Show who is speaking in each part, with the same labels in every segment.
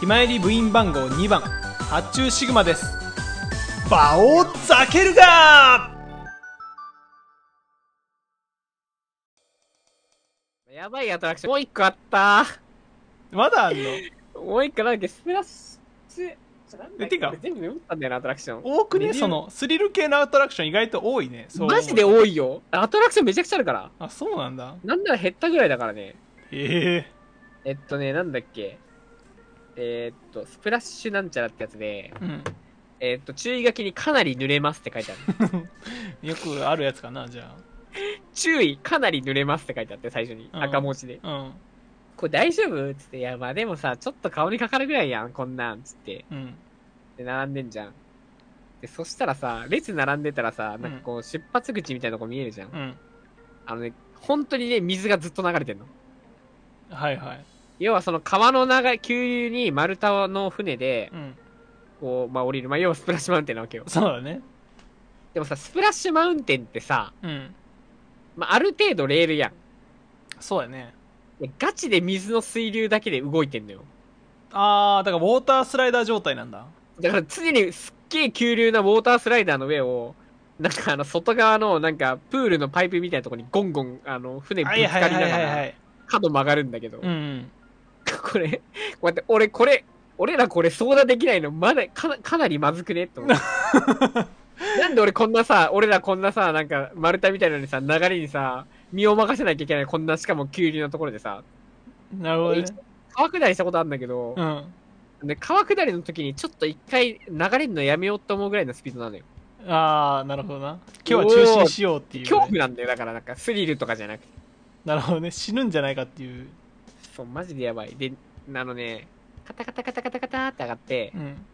Speaker 1: ひまえり部員番号2番発注シグマですバオザケルガ
Speaker 2: やばいアトラクション。もう一個あった
Speaker 1: まだあんの
Speaker 2: もう一個なんだっけ、スプラッシュ。なんだっけ
Speaker 1: えてか
Speaker 2: 全部メモったんだよな、アトラクション。
Speaker 1: 多く
Speaker 2: レ
Speaker 1: ね
Speaker 2: ビュー
Speaker 1: そのスリル系のアトラクション意外と多いねそう思う
Speaker 2: マジで多いよ。アトラクションめちゃくちゃあるから。
Speaker 1: あそうなんだ
Speaker 2: なんなら減ったぐらいだからね。
Speaker 1: え
Speaker 2: えっとね、なんだっけ。えーっと、スプラッシュなんちゃらってやつで、
Speaker 1: えうん
Speaker 2: えーっと、注意書きにかなり濡れますって書いて ある。
Speaker 1: よくあるやつかなじゃ
Speaker 2: 注意、かなり濡れますって書いてあって、最初に。
Speaker 1: うん
Speaker 2: 赤文字で。
Speaker 1: あ
Speaker 2: これ大丈夫つって、いや、まあでもさ、ちょっと顔にかかるぐらいやん、こんなん。つって。
Speaker 1: うんうん
Speaker 2: で、並んでんじゃん。で、そしたらさ、列並んでたらさ、なんかこう、出発口みたいなとこ見えるじゃん。
Speaker 1: うん
Speaker 2: あのね、本当にね、水がずっと流れてんの。
Speaker 1: はいはい
Speaker 2: 要はその川の流れ、急流に丸太の船で、
Speaker 1: うん
Speaker 2: こう、まあ、降りる。まあ、要はスプラッシュマウンテンなわけよ。
Speaker 1: そうだね
Speaker 2: でもさ、スプラッシュマウンテンってさ、
Speaker 1: うん
Speaker 2: まあ、ある程度レールやん。
Speaker 1: そうだね
Speaker 2: でガチで水の水流だけで動いてんのよ。
Speaker 1: あーだからウォータースライダー状態なんだ
Speaker 2: だから常にすっげえ急流なウォータースライダーの上を、なんかあの、外側の、なんか、プールのパイプみたいなとこにゴンゴン、あの、船ぶ
Speaker 1: は
Speaker 2: つか
Speaker 1: い
Speaker 2: りな
Speaker 1: はいはい
Speaker 2: が
Speaker 1: はいは
Speaker 2: ら、
Speaker 1: い
Speaker 2: 角曲がるんだけど、
Speaker 1: うんうん
Speaker 2: これ、こうやって、俺、これ、俺らこれ相談できないの、まだ、かな、かなりまずくね と思って。なんで俺こんなさ、俺らこんなさ、なんか、丸太みたいなのにさ、流れにさ、身を任せなきゃいけない、こんな、しかも急流のところでさ、
Speaker 1: なるほどね
Speaker 2: 川下りしたことあるんだけど、
Speaker 1: うん
Speaker 2: で川下りの時にちょっと一回流れるのやめようと思うぐらいのスピードなのよ。
Speaker 1: ああなるほどな今日は中止にしようっていうね、
Speaker 2: 恐怖なんだよ、だからなんかスリルとかじゃなくて。
Speaker 1: なるほどね死ぬんじゃないかっていう
Speaker 2: そう、マジでやばい。で、あのね、カタカタカタカタカタって上がって
Speaker 1: う、ん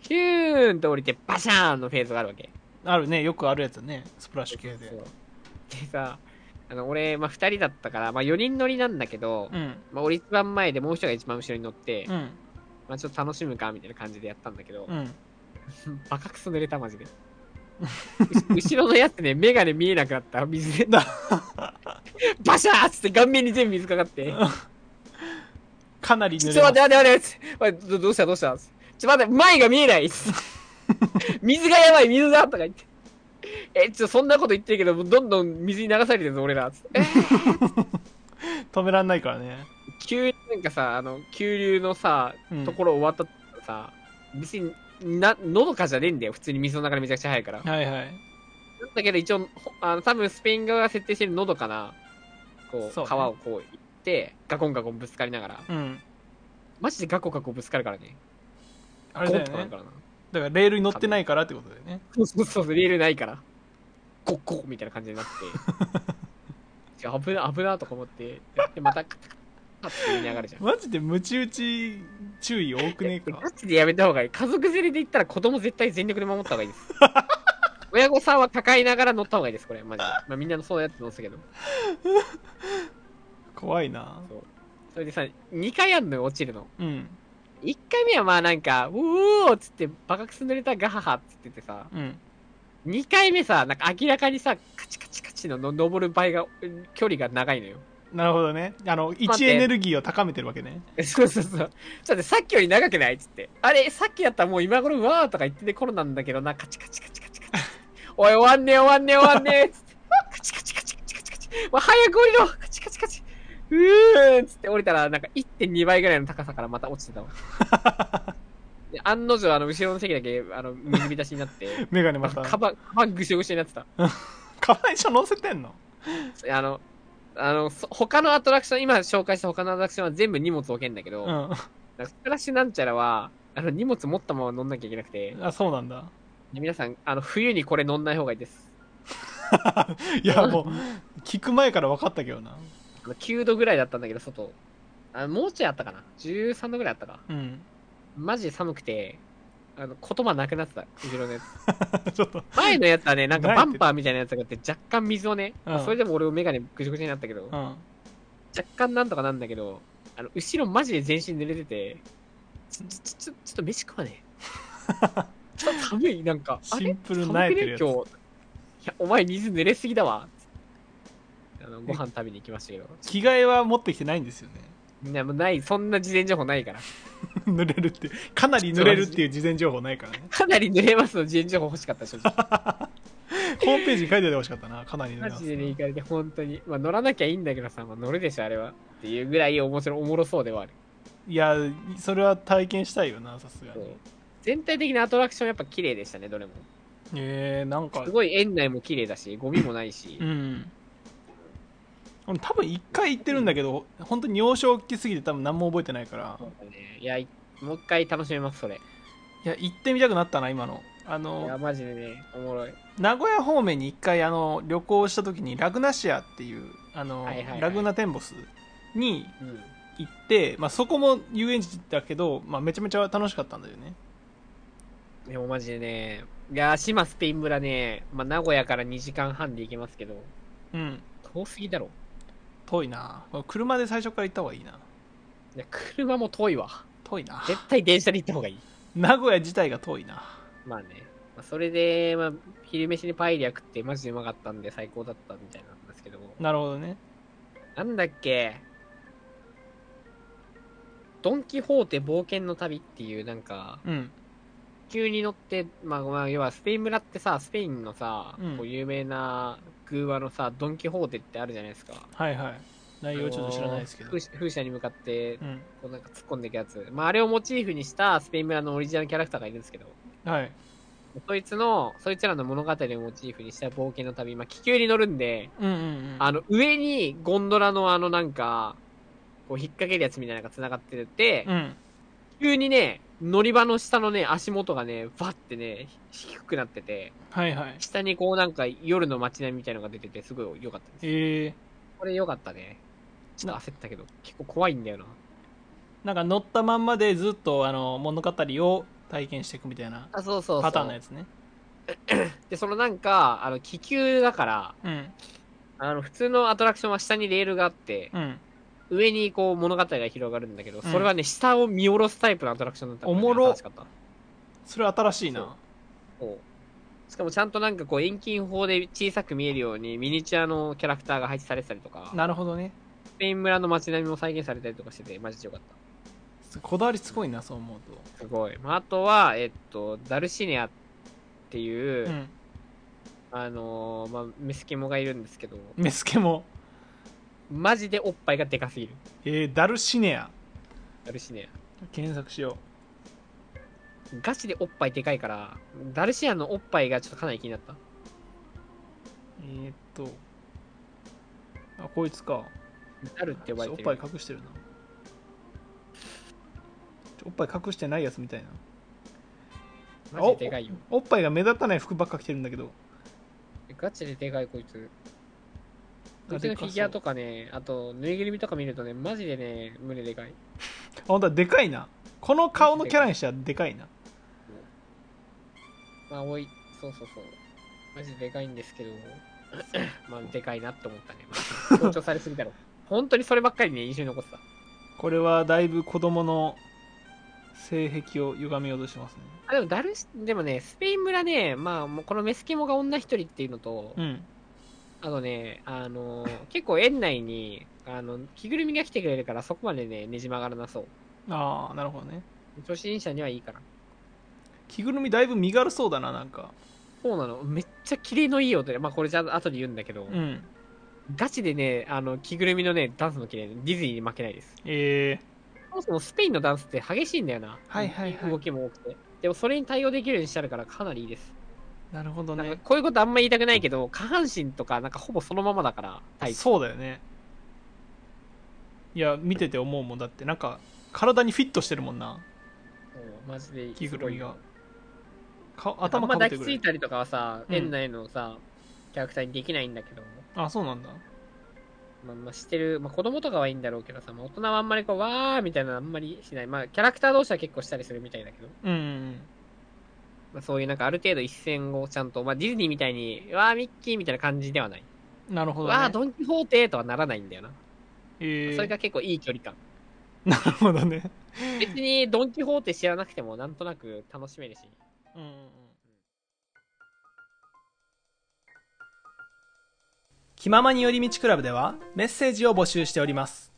Speaker 2: ヒューンと降りてバシャーンのフェーズがあるわけ。
Speaker 1: あるねよくあるやつだねスプラッシュ系
Speaker 2: そう
Speaker 1: で
Speaker 2: でさ、あの、俺、まあ、二人だったから、まあ、四人乗りなんだけど、
Speaker 1: うん
Speaker 2: まあ、俺一番前でもう一人が一番後ろに乗って、
Speaker 1: うん
Speaker 2: まあ、ちょっと楽しむか、みたいな感じでやったんだけど
Speaker 1: う、ん
Speaker 2: バカくそ濡れた、マ ジで。うし後ろのやつね、目がね、見えなくなった。水で。 バシャーっつって顔面に全部水かかって。
Speaker 1: かなり
Speaker 2: ちょ
Speaker 1: 濡れま
Speaker 2: っと待っ
Speaker 1: す
Speaker 2: て待って待って待って。どどうしたどうしたちょっと待って、前が見えない 水がやばい、水だとか言って。え、ちょ、そんなこと言ってるけど、もうどんどん水に流されてるぞ、俺ら。つってえー
Speaker 1: 止めらんないからね
Speaker 2: 急になんかさ、あの、急流のさ、
Speaker 1: うん
Speaker 2: ところ終わったらさ、別に、な、のどかじゃねえんだよ、普通に水の中でめちゃくちゃ速いから。
Speaker 1: はいはい
Speaker 2: なんだけど一応、ほあの、多分スペイン側が設定してるのどかな、こ
Speaker 1: そう
Speaker 2: う、
Speaker 1: ね
Speaker 2: 川をこう行って、ガコンガコンぶつかりながら。
Speaker 1: うん
Speaker 2: マジでガコガコぶつかるからね。
Speaker 1: あれだよ
Speaker 2: ゴン
Speaker 1: ね
Speaker 2: とかなるからな。
Speaker 1: だからレールに乗ってないからってことだよね
Speaker 2: そうそうそう、レールないから。ゴッゴッみたいな感じに なって。いや危な、危なとか思って、やってまた、カッカッって言いながらじゃん。
Speaker 1: マジでムチ打ち注意多くね えか
Speaker 2: ガチでやめた方がいい。家族連れで行ったら子供絶対全力で守った方がいいです。 親御さんは抱えながら乗った方がいいです、これ、マジで。まあ、みんなそうやって乗ってたけど。
Speaker 1: 怖いな
Speaker 2: それでさ、2回やんのよ、落ちるの。
Speaker 1: うん
Speaker 2: 1回目はまあなんか、うおーっつって、バカくす濡れたガハハっつっててさ、
Speaker 1: うん
Speaker 2: 2回目さ、なんか明らかにさ、カチカチカチのの登る場合が、うん距離が長いのよ。
Speaker 1: なるほどねあの位置エネルギーを高めてるわけね
Speaker 2: そうそうそう。ちょっと待ってさっきより長くないっつって。あれ、さっきやったらもう今頃、うわーとか言ってて頃なんだけどな、カチカチカチカチカ チ。おい、終わんねえ終わんねえ終わんねえっつって。カチカチカチカチカチカチ。もう早く降りろカチカチカチ。うーんっつって降りたら、なんか1.2倍ぐらいの高さからまた落ちてたわ。で案の定、あの、後ろの席だけ、あの、水浸しにな って、
Speaker 1: メガネまた
Speaker 2: カバン、カバンぐしょぐしょになってた。
Speaker 1: カバン一緒乗せてんの
Speaker 2: あの、あの、そ他のアトラクション、今紹介した他のアトラクションは全部荷物置けんだけど、
Speaker 1: う
Speaker 2: なんかスプラッシュなんちゃらは、あの、荷物持ったまま乗んなきゃいけなくて、
Speaker 1: んあ そうなんだ
Speaker 2: 皆さん、あの、冬にこれ乗んない方がいいです。
Speaker 1: いやもう聞く前から分かったけどな
Speaker 2: あの9度ぐらいだったんだけど、外。あもうちょいあったかな ?13 度ぐらいあったか。
Speaker 1: うん
Speaker 2: マジで寒くて、あの、言葉なくなってた、後ろ のやつ。
Speaker 1: ちょっと
Speaker 2: 前のやつはね、なんか
Speaker 1: 慣れ
Speaker 2: バ
Speaker 1: てる
Speaker 2: ンパーみたいなやつがあって、若干水をね、
Speaker 1: うん
Speaker 2: それでも俺もメガネぐちょぐちょになったけど、
Speaker 1: う
Speaker 2: 若
Speaker 1: ん
Speaker 2: 干なんとかなんだけど、あの、後ろマジで全身濡れてて、ちょ、ちょ、ちょ、ちょっと飯食わね え。ちょっと寒い、なんか。あれ
Speaker 1: シンプルなえてるやつ
Speaker 2: 寒くね今日いやお前水濡れすぎだわあのご飯食べに行きましたけど
Speaker 1: 着替えは持ってきてないんですよね
Speaker 2: いやもうない、そんな事前情報ないから。
Speaker 1: 濡れるっていうかなり濡れるっていう事前情報ないからね
Speaker 2: かなり濡れますの事前情報欲しかった、正直。
Speaker 1: ホームページに書いておいてほしかったなかなり濡れ
Speaker 2: マ
Speaker 1: ます
Speaker 2: ジでね、行かれて、本当に。まあ、乗らなきゃいいんだけどさ、まあ、乗るでしょ、あれは。っていうぐらい面白い、おもろそうではある。
Speaker 1: いやそれは体験したいよなさすが
Speaker 2: そう
Speaker 1: に
Speaker 2: 全体的なアトラクションやっぱ綺麗でしたね、どれも。
Speaker 1: えー、なんか
Speaker 2: すごい園内も綺麗だし、ゴミもないし
Speaker 1: う。ん俺多分一回行ってるんだけど本当に幼少期すぎて多分何も覚えてないから
Speaker 2: そうだねいや、いもう一回楽しめます、それ。
Speaker 1: いや行ってみたくなったな今のあ
Speaker 2: いや、
Speaker 1: の
Speaker 2: マジでね、おもろい。
Speaker 1: 名古屋方面に一回あの旅行した時にラグナシアっていうあの、
Speaker 2: はいはいはい
Speaker 1: ラグーナテンボスに
Speaker 2: うん。
Speaker 1: 行って、まあ、そこも遊園地だけど、まあ、めちゃめちゃ楽しかったんだよね
Speaker 2: でもマジでね、いや、島スペイン村ね、まあ、名古屋から2時間半で行けますけど、
Speaker 1: うん
Speaker 2: 遠すぎだろ。
Speaker 1: 遠いなこれ車で最初から行った方がいいない
Speaker 2: や、車も遠いわ。
Speaker 1: 遠いな
Speaker 2: 絶対電車で行った方がいい。
Speaker 1: 名古屋自体が遠いな
Speaker 2: まあね。まあ、それで、まあ、昼飯にパエリア食ってマジでうまかったんで最高だったみたいなんですけど、
Speaker 1: なるほどね
Speaker 2: なんだっけ、ドン・キホーテ冒険の旅っていうなんか、
Speaker 1: うん
Speaker 2: 急に乗って、まあ、まあ、要はスペイン村ってさ、スペインのさ、
Speaker 1: うん
Speaker 2: こう有名な偶話のさ、ドン・キホーテってあるじゃないですか。
Speaker 1: はいはい内容ちょっと知らないですけど、
Speaker 2: あのー風風車に向かって、
Speaker 1: うん
Speaker 2: こうなんか突っ込んでいくやつ。まあ、あれをモチーフにしたスペイン村のオリジナルキャラクターがいるんですけど、
Speaker 1: はい
Speaker 2: そいつの、そいつらの物語をモチーフにした冒険の旅、まあ、気球に乗るんで、
Speaker 1: うんうんうん
Speaker 2: あの、上にゴンドラのあのなんか、こう引っ掛けるやつみたいなのが繋がってて、
Speaker 1: うん
Speaker 2: 急にね、乗り場の下のね、足元がね、バッてね、低くなってて、
Speaker 1: はいはい
Speaker 2: 下にこうなんか夜の街並みみたいのが出てて、すごい良かったです。
Speaker 1: えー、
Speaker 2: これ良かったね。ちょっと焦ったけど、結構怖いんだよな。
Speaker 1: なんか乗ったまんまでずっとあの物語を体験していくみたいな
Speaker 2: あ、そうそうそう。
Speaker 1: パターンのやつね
Speaker 2: で、そのなんか、あの、気球だから、
Speaker 1: うん
Speaker 2: あの、普通のアトラクションは下にレールがあって、
Speaker 1: うん
Speaker 2: 上にこう物語が広がるんだけど、
Speaker 1: ん
Speaker 2: それはね、下を見下ろすタイプのアトラクションだったからね
Speaker 1: おもろ
Speaker 2: 楽しかった。
Speaker 1: それ新しいな
Speaker 2: そうしかもちゃんとなんかこう遠近法で小さく見えるようにミニチュアのキャラクターが配置されてたりとか、
Speaker 1: なるほどね
Speaker 2: スペイン村の街並みも再現されたりとかしてて、マジでよかっ
Speaker 1: こだわりすごいなそう思う
Speaker 2: た。すごい。まあ、あとは、えっと、ダルシネアってい
Speaker 1: と
Speaker 2: う、
Speaker 1: うん
Speaker 2: あのーまあ、メスキモがいるんですけど、
Speaker 1: メスケも
Speaker 2: マジでおっぱいがでかすぎる。
Speaker 1: えー、ダルシネア
Speaker 2: ダルシネア。
Speaker 1: 検索しよ
Speaker 2: ガチでおっぱいでかいから、ダルシアのおっぱいがちょっとかなり気になった。
Speaker 1: うえー、っとあこいつか
Speaker 2: ダルって呼ばれてる。
Speaker 1: おっぱい隠してるなちょおっぱい隠してないやつみたいな
Speaker 2: マジででかいよ。
Speaker 1: おっぱいが目立たない服ばっか着てるんだけど
Speaker 2: ガチででかいこいつ。こ
Speaker 1: あ
Speaker 2: いつの
Speaker 1: で
Speaker 2: フ
Speaker 1: かそう
Speaker 2: ィギュアとかね、あとぬいぐるみとか見るとね、マジでね、胸でかい。
Speaker 1: あ本当はでかいなこの顔のキャラにしてはでかいな
Speaker 2: まあ、おい、そうそうそう。マジででかいんです けど、まあ、でかいなって思った ね。まあ強調されすぎだろ。本当にそればっかりね、印象に残ってた。
Speaker 1: これはだいぶ子供の性癖を歪めようとしてますね
Speaker 2: あ、でも、ダルシ、でもね、スペイン村ね、まあ、もうこのメスキモが女一人っていうのと、
Speaker 1: うん
Speaker 2: あとね、あのー、結構園内に、あの、着ぐるみが来てくれるから、そこまでね、ねじ曲がらなそう。
Speaker 1: ああなるほどね
Speaker 2: 初心者にはいいから。
Speaker 1: 着ぐるみだいぶ身軽そうだななんか
Speaker 2: そうなの。めっちゃキレのいい音で、まあ、これじゃあ後で言うんだけど、
Speaker 1: うん
Speaker 2: ガチでね、あの、着ぐるみのね、ダンスの綺麗ね、ディズニーに負けないです。
Speaker 1: え
Speaker 2: そもそもスペインのダンスって激しいんだよな。
Speaker 1: はいはいはい
Speaker 2: 動きも多くて。でもそれに対応できるようにしてあるからかなりいいです。
Speaker 1: ー、なるほど
Speaker 2: なんか
Speaker 1: ね
Speaker 2: こういうことあんま言いたくないけど、下半身とかなんかほぼそのままだから、タイプ。
Speaker 1: そうだよねいや見てて思うもんだってなんか体にフィットしてるもんな
Speaker 2: うんマジでいい
Speaker 1: 着ぐるみ
Speaker 2: す
Speaker 1: が
Speaker 2: ごいよ
Speaker 1: か
Speaker 2: あん
Speaker 1: 頭
Speaker 2: ま
Speaker 1: かぶって
Speaker 2: 抱き
Speaker 1: く
Speaker 2: つ
Speaker 1: れ
Speaker 2: い
Speaker 1: る
Speaker 2: たりとかはさ、
Speaker 1: うん
Speaker 2: 園内のさ、キャラクターにできないんだけど、
Speaker 1: あそうなんだ
Speaker 2: まあ、まあしてる、まあ、子供とかはいいんだろうけどさ、まあ、大人はあんまりこう、わーみたいなのあんまりしない。まあ、キャラクター同士は結構したりするみたいだけど、
Speaker 1: うんうん
Speaker 2: まあ、そういうなんかある程度一線をちゃんと、まあ、ディズニーみたいに、わーミッキーみたいな感じではない。
Speaker 1: うんなるほど、ね、
Speaker 2: わードンキホーテとはならないんだよな。
Speaker 1: え
Speaker 2: それ
Speaker 1: ー
Speaker 2: が、結構いい距離感。
Speaker 1: なるほどね、
Speaker 2: 別にドンキホーテ知らなくても、なんとなく楽しめるし。
Speaker 1: うんうんうん、気ままに寄り道クラブではメッセージを募集しております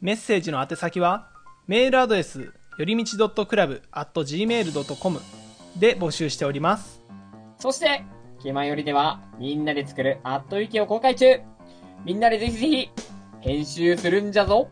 Speaker 1: メッセージの宛先はメールアドレスよりみち .club.gmail.com で募集しております
Speaker 2: そして、気まよりでは、みんなで作るアットウィキを公開中みんなでぜひぜひ、編集するんじゃぞ